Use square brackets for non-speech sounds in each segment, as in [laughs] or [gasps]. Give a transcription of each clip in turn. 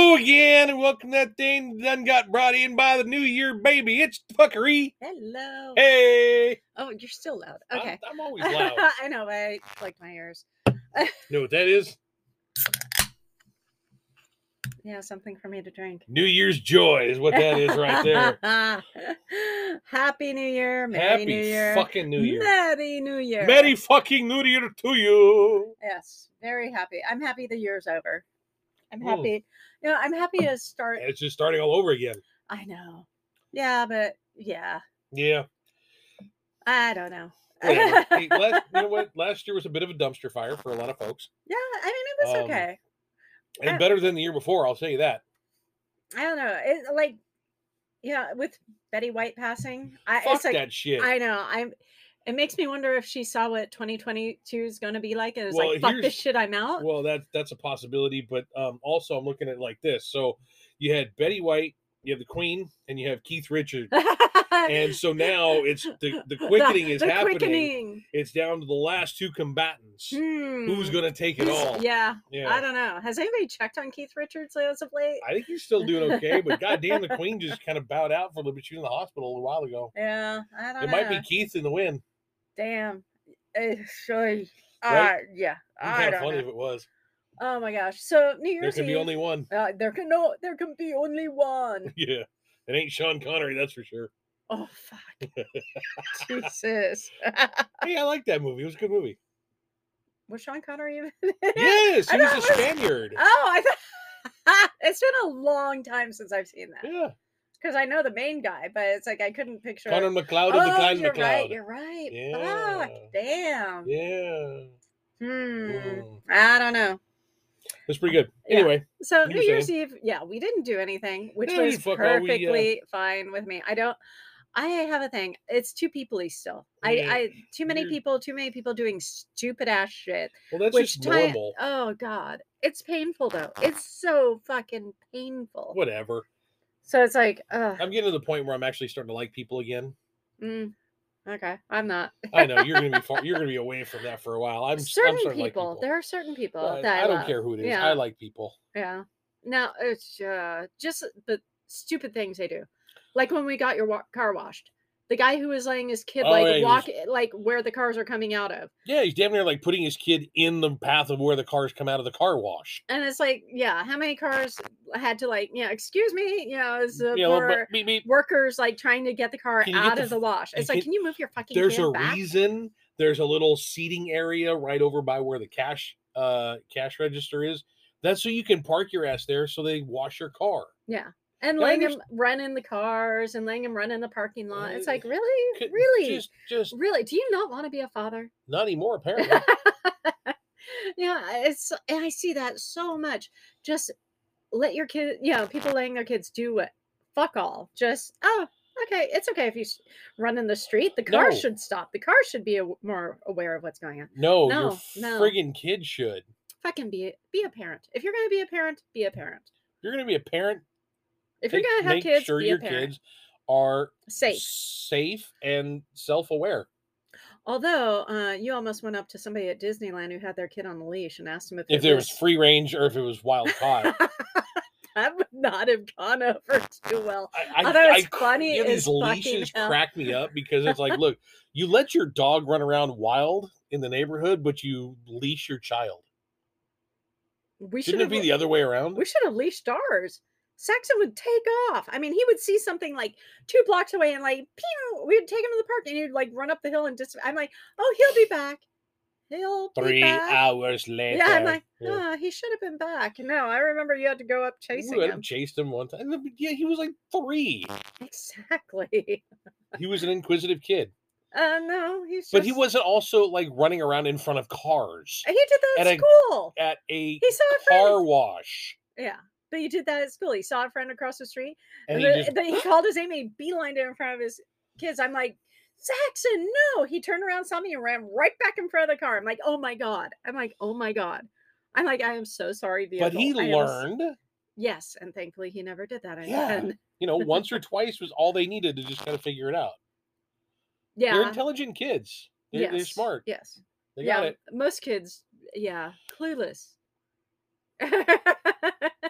man, and welcome to that thing that done got brought in by the New Year baby. It's fuckery. Hello. Hey. Oh, you're still loud. I'm- Okay. I'm, always loud. [laughs] I know, but I like my ears. know what that is? Yeah, something for me to drink. New Year's joy is what that is right there. [laughs] Happy New Year. [laughs] Merry Happy New Year. fucking New Year. Merry New Year. Merry fucking New Year to you. Yes, very happy. I'm happy the year's over. I'm Mm. happy. You know, I'm happy to start. And It's just starting all over again. I know. Yeah, but yeah, Yeah. I don't know. whatever. [laughs] Hey, last, you know what? Last year was a bit of a dumpster fire for a lot of folks, Yeah, I mean, it was Um, okay. and I- better than the year before. I'll tell you that. I don't know. It like, yeah, with Betty White passing, I, Fuck it's like that shit. I know. I'm. It makes me wonder if she saw what 2022 is going to be like, and is Well, like, "Fuck here's- this shit, I'm out." [laughs] well, that that's a possibility, but um, also I'm looking at it like this. So you had Betty White, you have the Queen, and you have Keith Richards, and so now it's the [laughs] the quickening is the happening. Quickening. It's down to the last two combatants. Who's Hmm. gonna take it all? Yeah, Yeah. I don't know. Has anybody checked on Keith Richards as of late? I think he's still doing okay, [laughs] but goddamn, the Queen just kind of bowed out for a little bit. She was in the hospital a little while ago. yeah, I don't It know. might be Keith in the win. Damn. It's so, uh, Right? yeah, I Kind of don't funny if know. it was. Oh my gosh! So New There Year's can Eve. be only one. [laughs] uh, there can no. There can be only one. Yeah. It ain't Sean Connery, that's for sure. Oh [laughs] fuck! Jesus. [laughs] Uh. Hey, I like that movie. It was a good movie. Was Sean Connery even? in it? Yes, he I was thought a it was- Spaniard. Oh, I thought [laughs] it's been a long time since I've seen that Yeah. because I know the main guy, but it's like I couldn't picture. Connor McLeod and the oh, Clan you're McLeod. right. You're right. Fuck. Yeah. Damn. Yeah. Hmm. Mm. I don't know. That's pretty good. Um, Yeah. Anyway, So You New were Year's Eve, yeah, we didn't do anything, which No, we was didn't fuck all. We, uh, perfectly fine with me. I don't. I have a thing. It's too peoply still. I, Yeah, I too many weird. people, too many people doing stupid ass shit. well, that's which just ti- normal. Oh God, it's painful though. It's so fucking painful. Whatever. So it's like, ugh. I'm getting to the point where I'm actually starting to like people again. [laughs] Mm, okay, I'm not. I know you're gonna be far, you're gonna be away from that for a while. I'm s- I'm certain starting people, to like people. There are certain people But that I, don't love. care who it is. Yeah. I like people. Yeah. No, it's uh, just the stupid things they do. Like when we got your wa- car washed, the guy who was letting his kid Oh, like yeah, he was- walk eh, like where the cars are coming out of, Yeah, he's damn near like putting his kid in the path of where the cars come out of the car wash. and it's like, yeah, how many cars had to like, yeah, excuse me, you know, it's uh, You know, for but, beep, beep. workers like trying to get the car Can you get out the of the wash. you It's like, can- can you move your fucking there's kid a back? reason there's a little seating area right over by where the cash uh cash register is that's so you can park your ass there so they wash your car Yeah. And Yeah, I letting him run in the cars and letting him run in the parking lot. It's like, really? Could- really? just just really? Do you not want to be a father? not anymore [laughs] apparently yeah, it's and I see that so much. Just let your kid, you know, people letting their kids do what fuck all. Just oh, okay, it's okay if you s- run in the street. The car No. should stop. The car should be aw- more aware of what's going on. no, No, your no. friggin kid should Fucking be be a parent. If you're gonna be a parent, be a parent. you're gonna be a parent If you're take- gonna have make kids, sure be your a parent. kids are Safe. safe and self-aware Although uh, you almost went up to somebody at Disneyland who had their kid on a leash and asked them if, if it there was free range or if it was wild caught [laughs] that would not have gone over too well. I, I thought it was cr- funny yeah, as these fucking leashes hell. crack me up because it's [laughs] like, look, you let your dog run around wild in the neighborhood, but you leash your child. We should Shouldn't it have be the other way around? We should have leashed ours. Saxon would take off. I mean, he would see something like two blocks away and like, pew, we'd take him to the park and he'd like run up the hill and just, I'm like, oh, he'll be back. He'll be Three back. hours later. Yeah, I'm like, Yeah. ah, he should have been back. No, I remember you had to go up We chasing went him. [laughs] and chased him one time. Yeah, he was like three. Exactly. He [laughs] was an inquisitive kid, Uh, no, he's just, but he wasn't also like running around in front of cars He did that at, at a- school. at a he saw a friend. car wash, Yeah, but he did that at school. He saw a friend across the street and the- he just then [gasps] he called his name and he beelined it in front of his kids. I'm like, Saxon, no. He turned around, saw me, and ran right back in front of the car. I'm like, oh my God. I'm like, oh my God. I'm like, I am so sorry, vehicle. but he I am s- learned. Yes, and thankfully he never did that Yeah. again. [laughs] You know, once or twice was all they needed to just kind of figure it out. Yeah. They're intelligent kids. They're, they're yes, smart. Yes. They yeah. got it. Most kids, yeah, clueless. [laughs]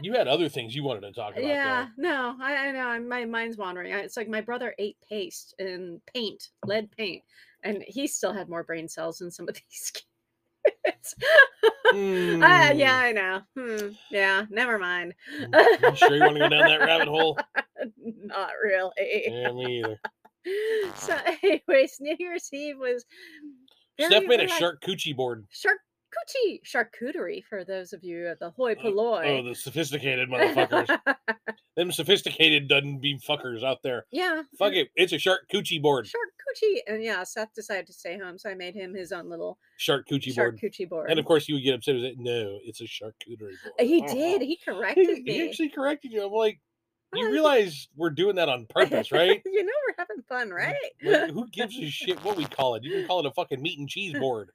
You had other things you wanted to talk about. yeah, [laughs] no, I, I know. I'm, my mind's wandering. I- It's like my brother ate paste and paint, lead paint, and he still had more brain cells than some of [laughs] these kids. though. Ah, Mm. yeah, I know. Hmm, yeah, never mind. You sure you want to go down that rabbit hole? [laughs] Not really. Yeah, me either. eh. So, [laughs] anyways, New Year's Eve was. Steph very made a relax- shark coochie board. Charcuterie, charcuterie for those of you at the hoi polloi. Oh, the [laughs] sophisticated motherfuckers. Them sophisticated doesn't be fuckers out there. yeah. Fuck it. It's a shark coochie board. Charcuterie. And yeah, Seth decided to stay home, so I made him his own little Shark coochie board. charcuterie board. Uh, And of course, you would get upset. with it. No, it's a charcuterie board. Uh-huh. he did. [laughs] He He, corrected me. he actually corrected you. I'm like, you Oh, realize we're doing that on [laughs] purpose, right? Mm, you know we're having fun, right? [laughs] Like, who gives a shit what we call it? You can call it a fucking meat and cheese board.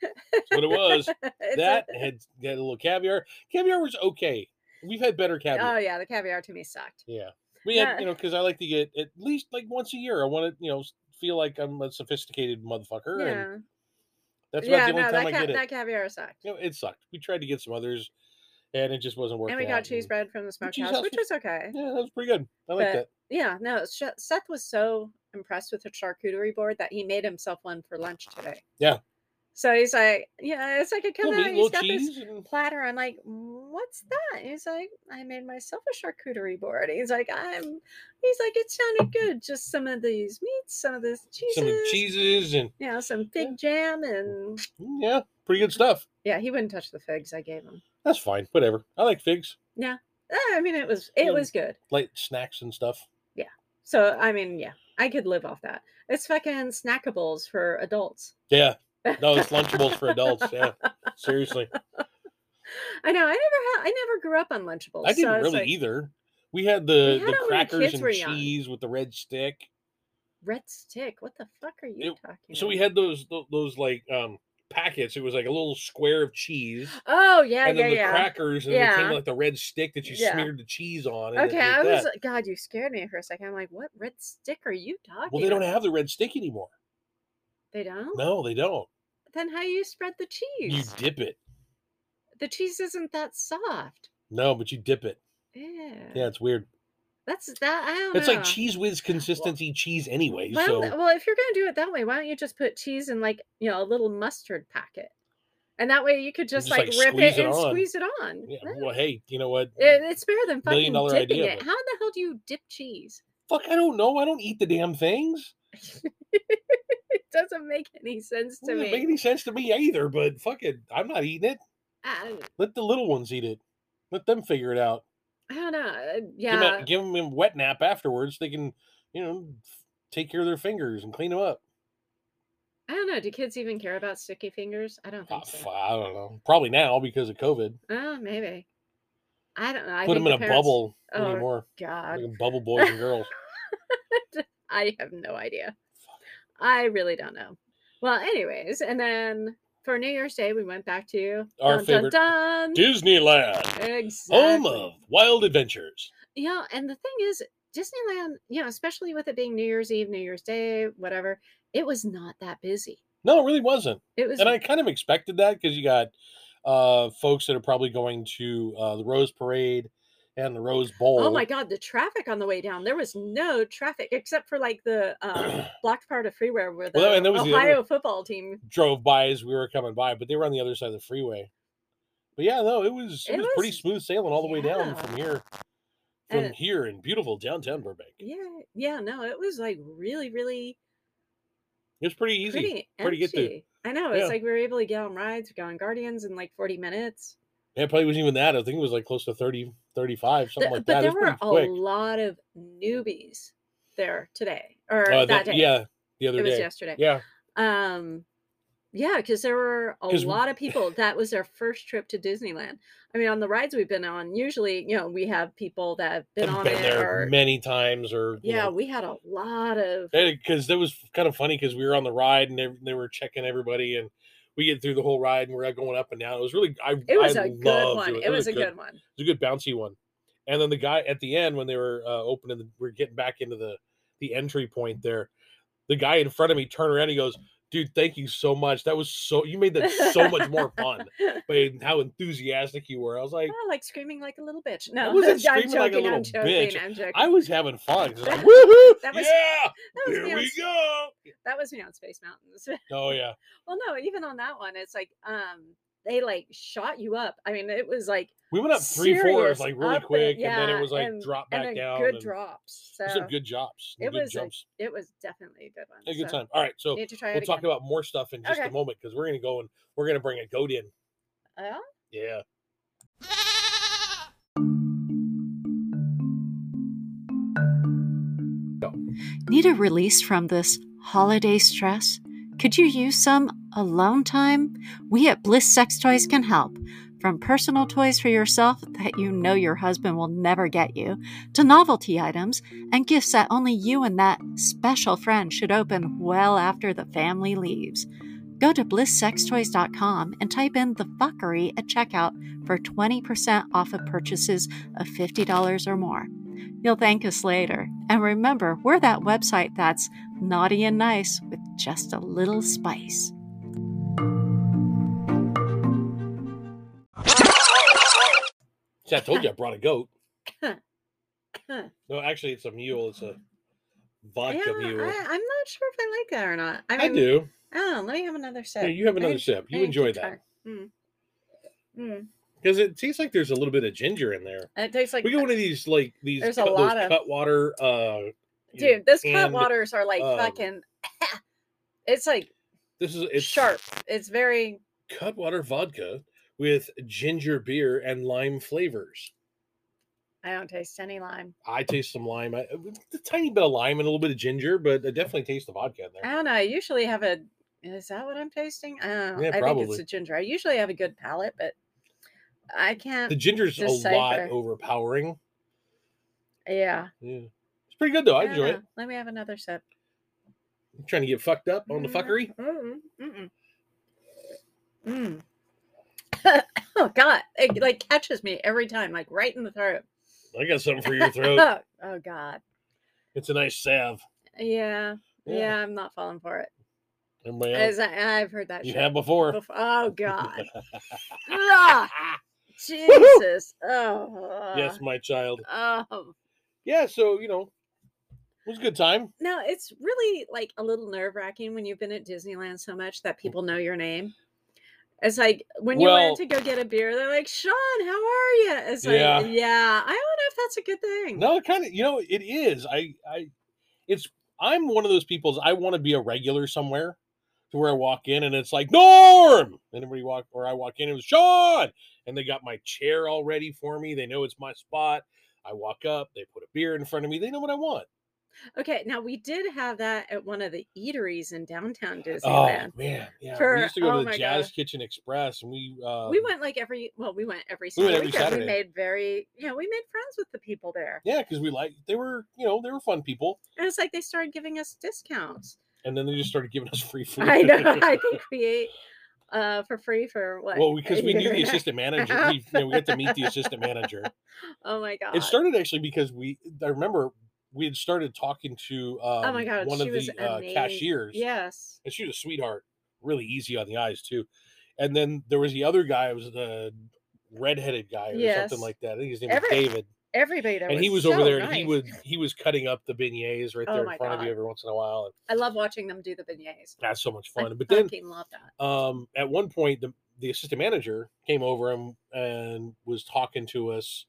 That's what it was. [laughs] It's a- that had, had a little caviar. Caviar was okay. We've had better caviar. oh yeah, the caviar to me sucked. Yeah. We had, Yeah. you know, because I like to get at least like once a year. I want to, you know, s- feel like I'm a sophisticated motherfucker. And Yeah, that's about yeah, the only no, time that, I ca- get it. that caviar sucked. You know, it sucked. We tried to get some others and it just wasn't working. And we out, got cheese bread from the cheese smokehouse, house which was- was okay. Yeah, that was pretty good. I like But- that. Yeah, no, Sh- Seth was so impressed with the charcuterie board that he made himself one for lunch today. Yeah. So he's like, yeah, it's like a come Little out. meat, He's little got this cheese. And, platter. I'm like, what's that? And he's like, I made myself a charcuterie board. He's like, I'm. He's like, it sounded good. Just some of these meats, some of this cheeses, some of the cheeses and you know, some fig jam, and mm, yeah, pretty good stuff. yeah, he wouldn't touch the figs I gave him. That's fine. Whatever. I like figs, Ah, I mean, it was it Yeah. was good. like snacks and stuff. So I mean, yeah, I could live off that. It's fucking snackables for adults. Yeah. No, it's Lunchables for adults. [laughs] Yeah. Seriously. I know. I never had. I never grew up on Lunchables. I didn't so it's really like, either. We had the, We had the it when the crackers kids and were young. cheese with the red stick. Red stick. What the fuck are you It- talking? So we about? had those tho- those like um packets. It was like a little square of cheese, Oh yeah, and yeah, then the yeah. crackers, and then it came Yeah. like the red stick that you Yeah. smeared the cheese on. And it Okay, I did was that. God. You scared me for a second. I'm like, what red stick are you talking? Well, they don't about? have the red stick anymore. They don't. No, they don't. Then how you spread the You cheese? dip it. The cheese isn't that soft. No, but you dip it. Yeah. Yeah, it's weird. That's that. I don't It's know. like cheese whiz consistency cheese anyway. Why so don't- well, if you're gonna do it that way, why don't you just put cheese in like you know a little mustard packet, and that way you could just, just, like, like, rip squeeze it it and on. squeeze it on. yeah, Yeah. well, hey, you know what? It, it's better than fucking Million dollar dipping idea, it. but- How in the hell do you dip cheese? [laughs] Fuck, I don't know. I don't eat the damn things. it doesn't make any sense to doesn't me. make any sense to me either. But fuck it, I'm not eating it. I, Let the little ones eat it. Let them figure it out. I don't know. uh, Give 'em Yeah. a- give them a wet nap afterwards. They can, you know, f- take care of their fingers and clean them up. I don't know. Do kids even care about sticky fingers? I don't Ah, think f- so. I don't know. Probably now because of COVID, Oh, maybe. I don't know. I put think them in the a parents- bubble Oh, anymore. God, Like a bubble boys and [laughs] girls. I have no idea. I really don't know. Well, anyways, and then for New Year's Day, we went back to Our dun, favorite- Dun, dun. Disneyland, Exactly. home of wild adventures. Yeah, and the thing is, Disneyland, you know, especially with it being New Year's Eve, New Year's Day, whatever, it was not that busy. No, it really wasn't, It was and I kind of expected that because you got uh, folks that are probably going to uh, the Rose Parade and the Rose Bowl. Oh my god, the traffic on the way down. There was no traffic except for like the [clears throat] um, blocked part of freeware where the Well, and that was the other- Ohio football team. drove by as we were coming by, but they were on the other side of the freeway. But yeah, no, it was it, It was, pretty was- smooth sailing all the way down yeah. from here, from And it- here in beautiful downtown Burbank. It yeah, yeah, no, it was like really, really was pretty easy. pretty pretty get to. empty. I know. It's Yeah. like we were able to get on rides, we got on Guardians in like 40 minutes. Yeah, It probably wasn't even that. I think it was like close to 30, 35, something Th- like but that. there It was were pretty quick. a lot of newbies there today or Uh, that, that- day. Yeah, the it other was day. yesterday. Yeah, Um, yeah, because there were a 'Cause w- lot of people. That was their first trip to Disneyland. I mean, on the rides we've been on, usually, you know, we have people that have been I've on been it. there or, many times. Or you yeah, know, we had a lot of. because that was kind of funny because we were on the ride and they, they were checking everybody and we get through the whole ride and we're going up and down. It was really I It was a a good one. It, was a good, one. [laughs] It was a good bouncy one. And then the guy at the end when they were uh, opening, the, we're getting back into the the entry point there. The guy in front of me turned around. He goes, Dude, thank you so much. That was so you made that [laughs] so much more fun by how enthusiastic you were. I was like, Oh, like screaming like a little bitch. No, [laughs] wasn't I'm screaming like a joking, little I'm joking, bitch. I'm joking. I was having [laughs] fun. 'cause I'm like, That- Woohoo! that was- yeah, that, was me here on, we s- go. that was me on Space Mountains. [laughs] Oh yeah, well, no, even on that one, it's like um they like shot you up. I mean, it was like we went up three fours Serious like really up and- quick, and then yeah, it was like and- drop and back a down. good and drops. So there's some good jobs. some it good was a jumps. it was definitely a good one. a good so time. All right, so Need to try we'll it talk again. about more stuff in just a Okay. moment because we're gonna go and we're gonna bring a goat in. Oh, Yeah. Need a release from this holiday stress? Could you use some alone time? We at Bliss Sex Toys can help. From personal toys for yourself that you know your husband will never get you, to novelty items and gifts that only you and that special friend should open well after the family leaves. Go to blisssextoys.com and type in the fuckery at checkout for 20% off of purchases of $50 or more. You'll thank us later. And remember, we're that website that's naughty and nice with just a little spice. See, I told you I brought a goat. huh. No, actually, it's a mule. It's a yeah, vodka mule. I, I'm not sure if I like that or not. I I mean, do. Oh, let me have another sip. Here, you have I another need- sip. I You need enjoy that to try. Mm. Mm. because it tastes like there's a little bit of ginger in there. And It tastes like we get one of these like these There's a cut, lot those of- cut water. Uh, you know, [laughs] dude. Those cut canned, waters are like um, fucking. [laughs] it's like This is it's sharp. It's very cut water vodka with ginger beer and lime flavors. I don't taste any lime. I taste some lime, I, a tiny bit of lime and a little bit of ginger, but I definitely taste the vodka in I there. don't know. I usually have a. Is that what I'm tasting? I don't know. Yeah, I think probably. it's the ginger. I usually have a good palate, but I can't. The ginger's a lot Decipher. overpowering. yeah. Yeah. It's pretty good though. I don't enjoy it. know. Let me have another sip. I'm trying to get fucked up on the Mm, fuckery. Mm, mm, mm. [laughs] Mm. oh God! It like catches me every time, like right in the throat. I got something [laughs] for your throat. Oh, oh God! it's a nice salve. Yeah, Yeah. yeah, I'm not falling for it. Everybody else, As I, I've heard that you shit have before. before. [laughs] Oh God! Ah, Ah, Jesus! Oh yes, my child. Oh Yeah, so you know, it was a good time. no, it's really like a little nerve wracking when you've been at Disneyland so much that people know your name. It's like when you Well- went to go get a beer, they're like, "Sean, how are you?" It's like, Yeah. yeah, I don't know if that's a good thing. No, it kind of, you know, it is. I, I, it's, I'm one of those people's, I want to be a regular somewhere to where I walk in and it's like, Norm! And everybody walk, or I walk in, it was Sean! And they got my chair all ready for me. They know it's my spot. I walk up, they put a beer in front of me. They know what I want. Okay, now we did have that at one of the eateries in downtown oh, Disneyland. man. Yeah. For- we used to go oh to the my Jazz gosh. Kitchen Express and we, uh, we went like every well, we went every we single went every weekend. Saturday. We made very you know, we made friends with the people there. yeah, because we like, they were, you know, they were fun people. And it's like they started giving us [laughs] discounts. And then they just started giving us free food. [laughs] I know I think we ate uh for free for what Well, because we knew the Yeah. assistant manager, we, you know, we got to meet the assistant manager. Oh my god. It started actually because we, I remember we had started talking to um, oh my god, one she of was the uh, amazing. cashiers, Yes. and she was a sweetheart, really easy on the eyes too. And then there was the other guy, it was the redheaded guy or Yes. something like that. I think his name Everett was David, Everybody there and he was so over there, and he nice. would he was cutting up the beignets right Oh there in my front of you God. every once in a while, and I love watching them do the beignets. that's so much I fun. But then fucking love that. um, at one point the, the assistant manager came over and, and was talking to us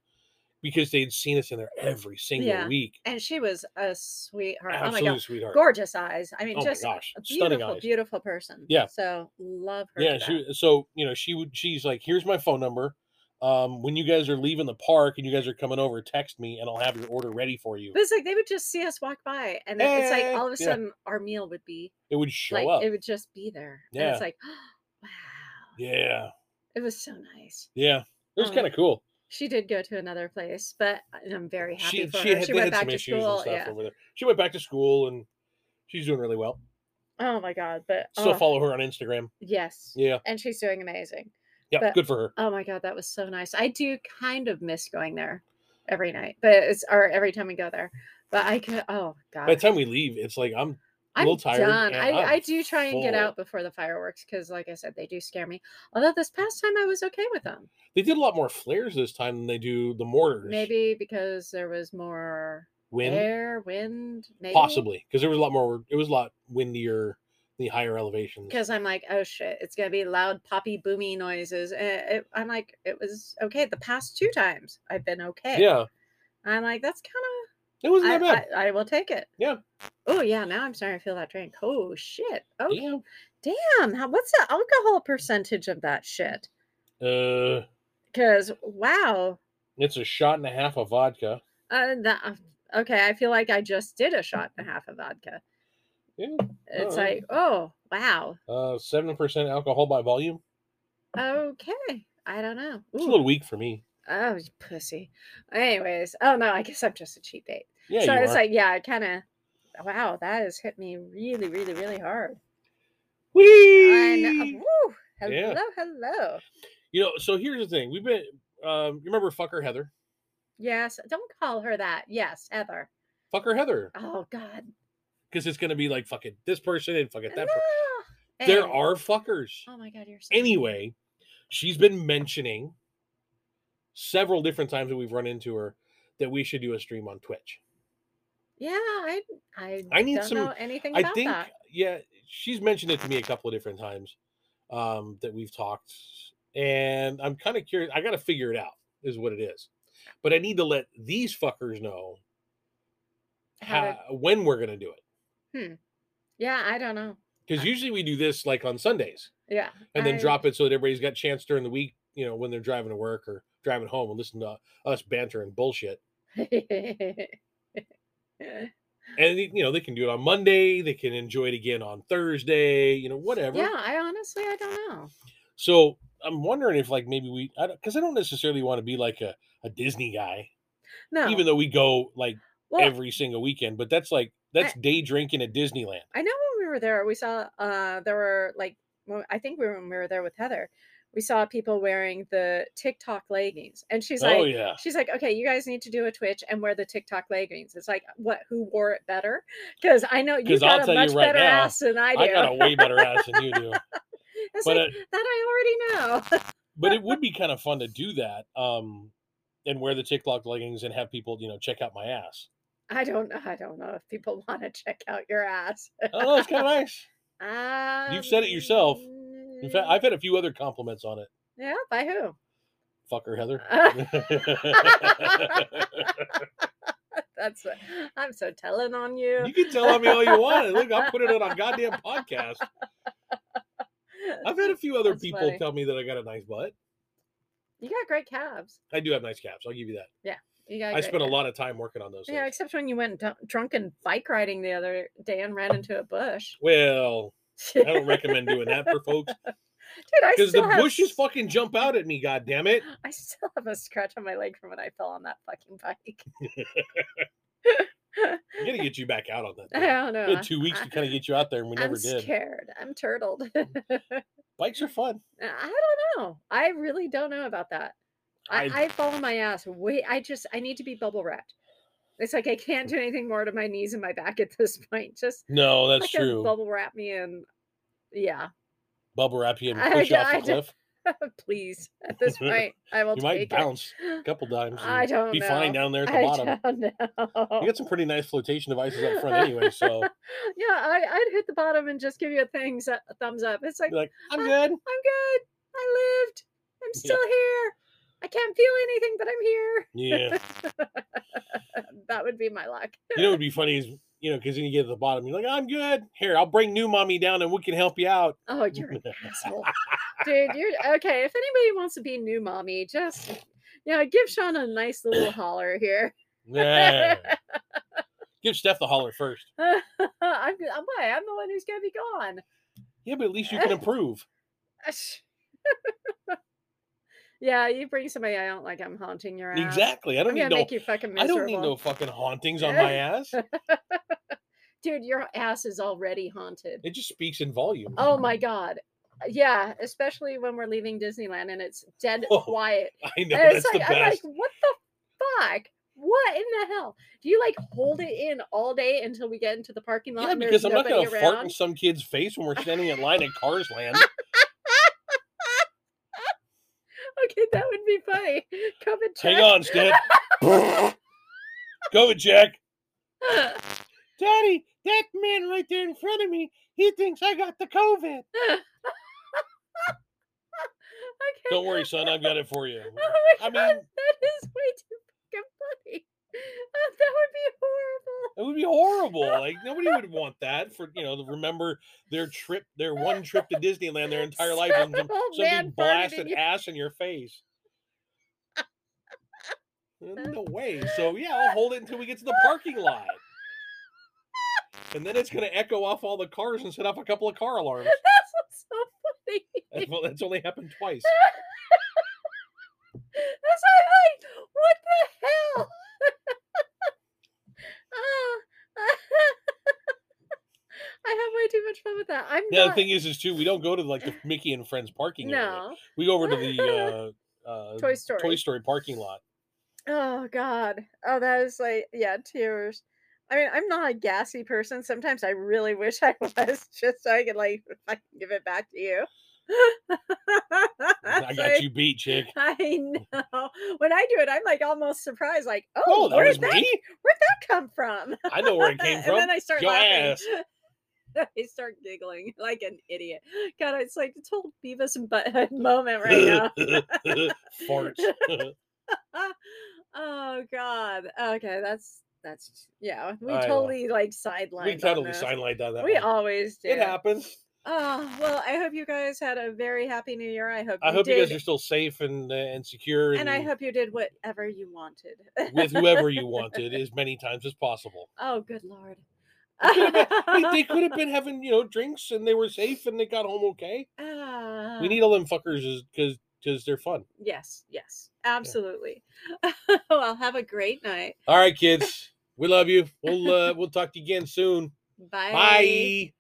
because they'd seen us in there every single Yeah. week. And she was a sweetheart. Absolutely Oh my god. sweetheart. Gorgeous eyes. I mean oh just my gosh, a stunning beautiful, eyes. beautiful person. Yeah. So love her. Yeah, to she, so you know she would. She's like, "Here's my phone number. Um, when you guys are leaving the park and you guys are coming over, text me and I'll have your order ready for you." But it's like they would just see us walk by, and then it's Hey, like all of a Eh, yeah. sudden our meal would be It would show like up. it would just be there. And Yeah. it's like, [gasps] wow, yeah, it was so nice. yeah, it was Um, kind of cool. She did go to another place, but and I'm very happy She for she her. had, she they went had back some to issues and school. stuff Yeah. over there. She went back to school and she's doing really well. Oh my god. But Still oh, follow her on Instagram. yes. Yeah, And she's doing amazing. yeah, But- good for her. Oh my god, that was so nice. I do kind of miss going there every night, but it's or every time we go there. But I could. Oh god. By the time we leave, it's like I'm I'm little tired, done. and I, I'm I do try and get full. out before the fireworks because, like I said, they do scare me. Although this past time I was okay with them. They did a lot more flares this time than they do the mortars. Maybe because there was more wind, air, wind, maybe. possibly, because there was a lot more. It was a lot windier the higher elevations. Because I'm like, oh shit, it's gonna be loud, poppy, boomy noises. And it, I'm like, it was okay. The past two times I've been okay. yeah, I'm like, that's kind of it wasn't Eh, I, that bad. I, I will take it. Yeah. Oh yeah, now I'm starting to feel that drink. Oh shit. Oh yeah. damn. How, what's the alcohol percentage of that shit? Uh, Because wow. it's a shot and a half of vodka. Uh, that, okay, I feel like I just did a shot and a half of vodka. Yeah. It's Alright. like, oh wow. Uh, seven percent alcohol by volume. Okay. I don't know. It's a Ooh. little weak for me. Oh, you pussy. Anyways, oh no, I guess I'm just a cheap date. Yeah, so you it's are. like, yeah, I kind of, wow, that has hit me really, really, really hard. I know. Whee! Woo, hello, Yeah. hello. You know, so here's the thing. We've been. Um, you remember fucker Heather? Yes, don't call her that. Yes, Heather. Fucker Heather, Oh God. because it's gonna be like fucking this person and fucking that. person. No. There Hey. are fuckers. Oh my God, you're so. anyway, she's been mentioning several different times that we've run into her that we should do a stream on Twitch. Yeah, I I, I need don't some- know anything I about think, that. yeah, she's mentioned it to me a couple of different times um, that we've talked, and I'm kind of curious. I got to figure it out, is what it is. But I need to let these fuckers know How how, to- when we're going to do it. yeah, I don't know. Because usually we do this like on Sundays Yeah. and then I- [laughs] drop it so that everybody's got a chance during the week, you know, when they're driving to work or driving home and listen to us banter and bullshit. and you know they can do it on monday they can enjoy it again on thursday you know whatever yeah, I honestly I don't know. so i'm wondering if like maybe we i don't because i don't necessarily want to be like a, a disney guy No. even though we go like well, every single weekend but that's like that's day drinking at disneyland I know when we were there, we saw uh there were like well, I think we were when we were there with Heather, we saw people wearing the TikTok leggings, and she's like, oh yeah she's like, okay, you guys need to do a Twitch and wear the TikTok leggings. It's like, what? Who wore it better? Because I know you 'Cause I'll got a tell you much right better now, ass than I do. i got a way better ass than you do it's but like that I already know. [laughs] but it would be kind of fun to do that um and wear the tiktok leggings and have people you know check out my ass I don't know. I don't know if people [laughs] want to check out your ass. i don't know it's [laughs] kind of Oh, nice Um, said it yourself. in fact i've had a few other compliments on it yeah, by who? fucker heather [laughs] [laughs] That's what I'm so telling on you. You can tell on me all you want. Look, I'll put it on a goddamn podcast. I've had a few other That's people funny. tell me that I got a nice butt. [laughs] You got great calves. I do have nice calves. I'll give you that. You got. I, great spent a calves. lot of time working on those. Yeah, things. except when you went dun- drunk and bike riding the other day and ran into a bush. Well, I Dude, don't recommend doing that for folks [laughs] I because the still have bushes s- fucking jump out at me. God damn it! [laughs] I still have a scratch on my leg from when I fell on that fucking bike. [laughs] I'm gonna get you back out on that. I Thing. don't know. We had two weeks to kind of get you out there, and we I'm never did. scared. I'm turtled. [laughs] Bikes are fun. I don't know. I really don't know about that. I, I- I, fall on my ass. Wait, I just I need to be bubble wrapped. It's like I can't do anything more to my knees and my back at this [laughs] point. Just No, that's like true. Bubble, bubble wrap me and yeah, [laughs] wrap you and I- push you off I the don't- cliff. please. At [laughs] this point, I will You might take it. bounce [laughs] a couple times. I and don't be fine know. down there at the I bottom. don't [laughs] know. You got some pretty nice flotation devices up front anyway, so [laughs] yeah, I, I'd hit the bottom and just give you a things a thumbs up. It's like you're like, [laughs] I'm Uh, good. I'm good. I lived. I'm Yeah. still here. I can't feel anything, but I'm here. [laughs] Yeah. That would be my luck. You know what would be funny is, you know, because then you get to the bottom, you're like, I'm good. Here, I'll bring new mommy down and we can help you out. Oh, you're an asshole. Dude, you're okay. If anybody wants to be new mommy, just yeah, give Sean a nice [coughs] little holler here. [laughs] Yeah. Give Steph the holler first. I'm, I'm why I'm the one who's gonna be gone. [laughs] Yeah, but at least you can improve. Ash. yeah, you bring somebody I don't like, I'm haunting your ass. Exactly. I I'm don't gonna need no make you fucking I miserable. don't need no fucking hauntings on [laughs] my ass. Dude, your ass is already haunted. It just speaks in volume. [laughs] Oh my god. Yeah, especially when we're leaving Disneyland and it's dead Oh, [laughs] quiet. I know that's and it's like the I'm like, best. what the fuck? What in the hell? Do you like hold it in all day until we get into the parking lot? Yeah, and there's because I'm not nobody going to fart in around? some kid's face when we're standing in line at Cars [laughs] Land. [laughs] Okay, that would be funny. [laughs] Come and check. Hang on, Stan. [laughs] COVID check. [laughs] Daddy, that man right there in front of me, he thinks I got the COVID. okay. Don't worry, son. I've got it for you. [laughs] Oh my I god, mean- that is way too fucking funny. [laughs] Uh, that would be horrible. It would be horrible. Like nobody would want that for you know to remember their trip, their one trip to Disneyland, their [laughs] entire life, and some, Some old some man farted in dude blasted your- ass in your face. No way. So yeah, I'll hold it until we get to the parking lot, and then it's gonna echo off all the cars and set off a couple of car [laughs] alarms. [laughs] That's what's so funny. That's- Well, that's only happened twice. That's why I'm like, what the hell? [laughs] oh. [laughs] I have way too much fun with that. I'm Yeah, the not. thing is, is too, we don't go to like the Mickey and Friends parking area. no, We go over to [laughs] the uh, uh, Toy Story. Toy Story parking [laughs] lot. Oh God. Oh, that is like yeah, tears. I mean, I'm not a gassy person. Sometimes I really wish I [laughs] was, just so I could like I can give it back to you. [laughs] I So got you beat, chick. [laughs] I know. When I do it, I'm like almost surprised, like, oh, Oh, that where was did that, me. where'd that come from? I know [laughs] where it came and from. then I start Your laughing. [laughs] I start giggling like an idiot. God, it's like a total Beavis and Butthead [laughs] [laughs] moment right now. Farts. [laughs] [laughs] oh God. Okay, that's that's yeah. We I know. totally like sidelined. we on totally this. sidelined on that. We one. always do. It happens. Oh well, I hope you guys had a very happy New Year. I hope I you hope did, you guys are still safe and uh, and secure, and I hope [laughs] you did whatever you wanted. with whoever you wanted as many times as possible. [laughs] oh, [laughs] good lord. could've They, they [laughs] could have been having you know drinks and they were safe and they got home okay. Ah, We need all them fuckers because because they're fun. yes, yes, absolutely. [laughs] well, have a great night. All right, kids. We love you. We'll uh, we'll talk to you again soon. Bye.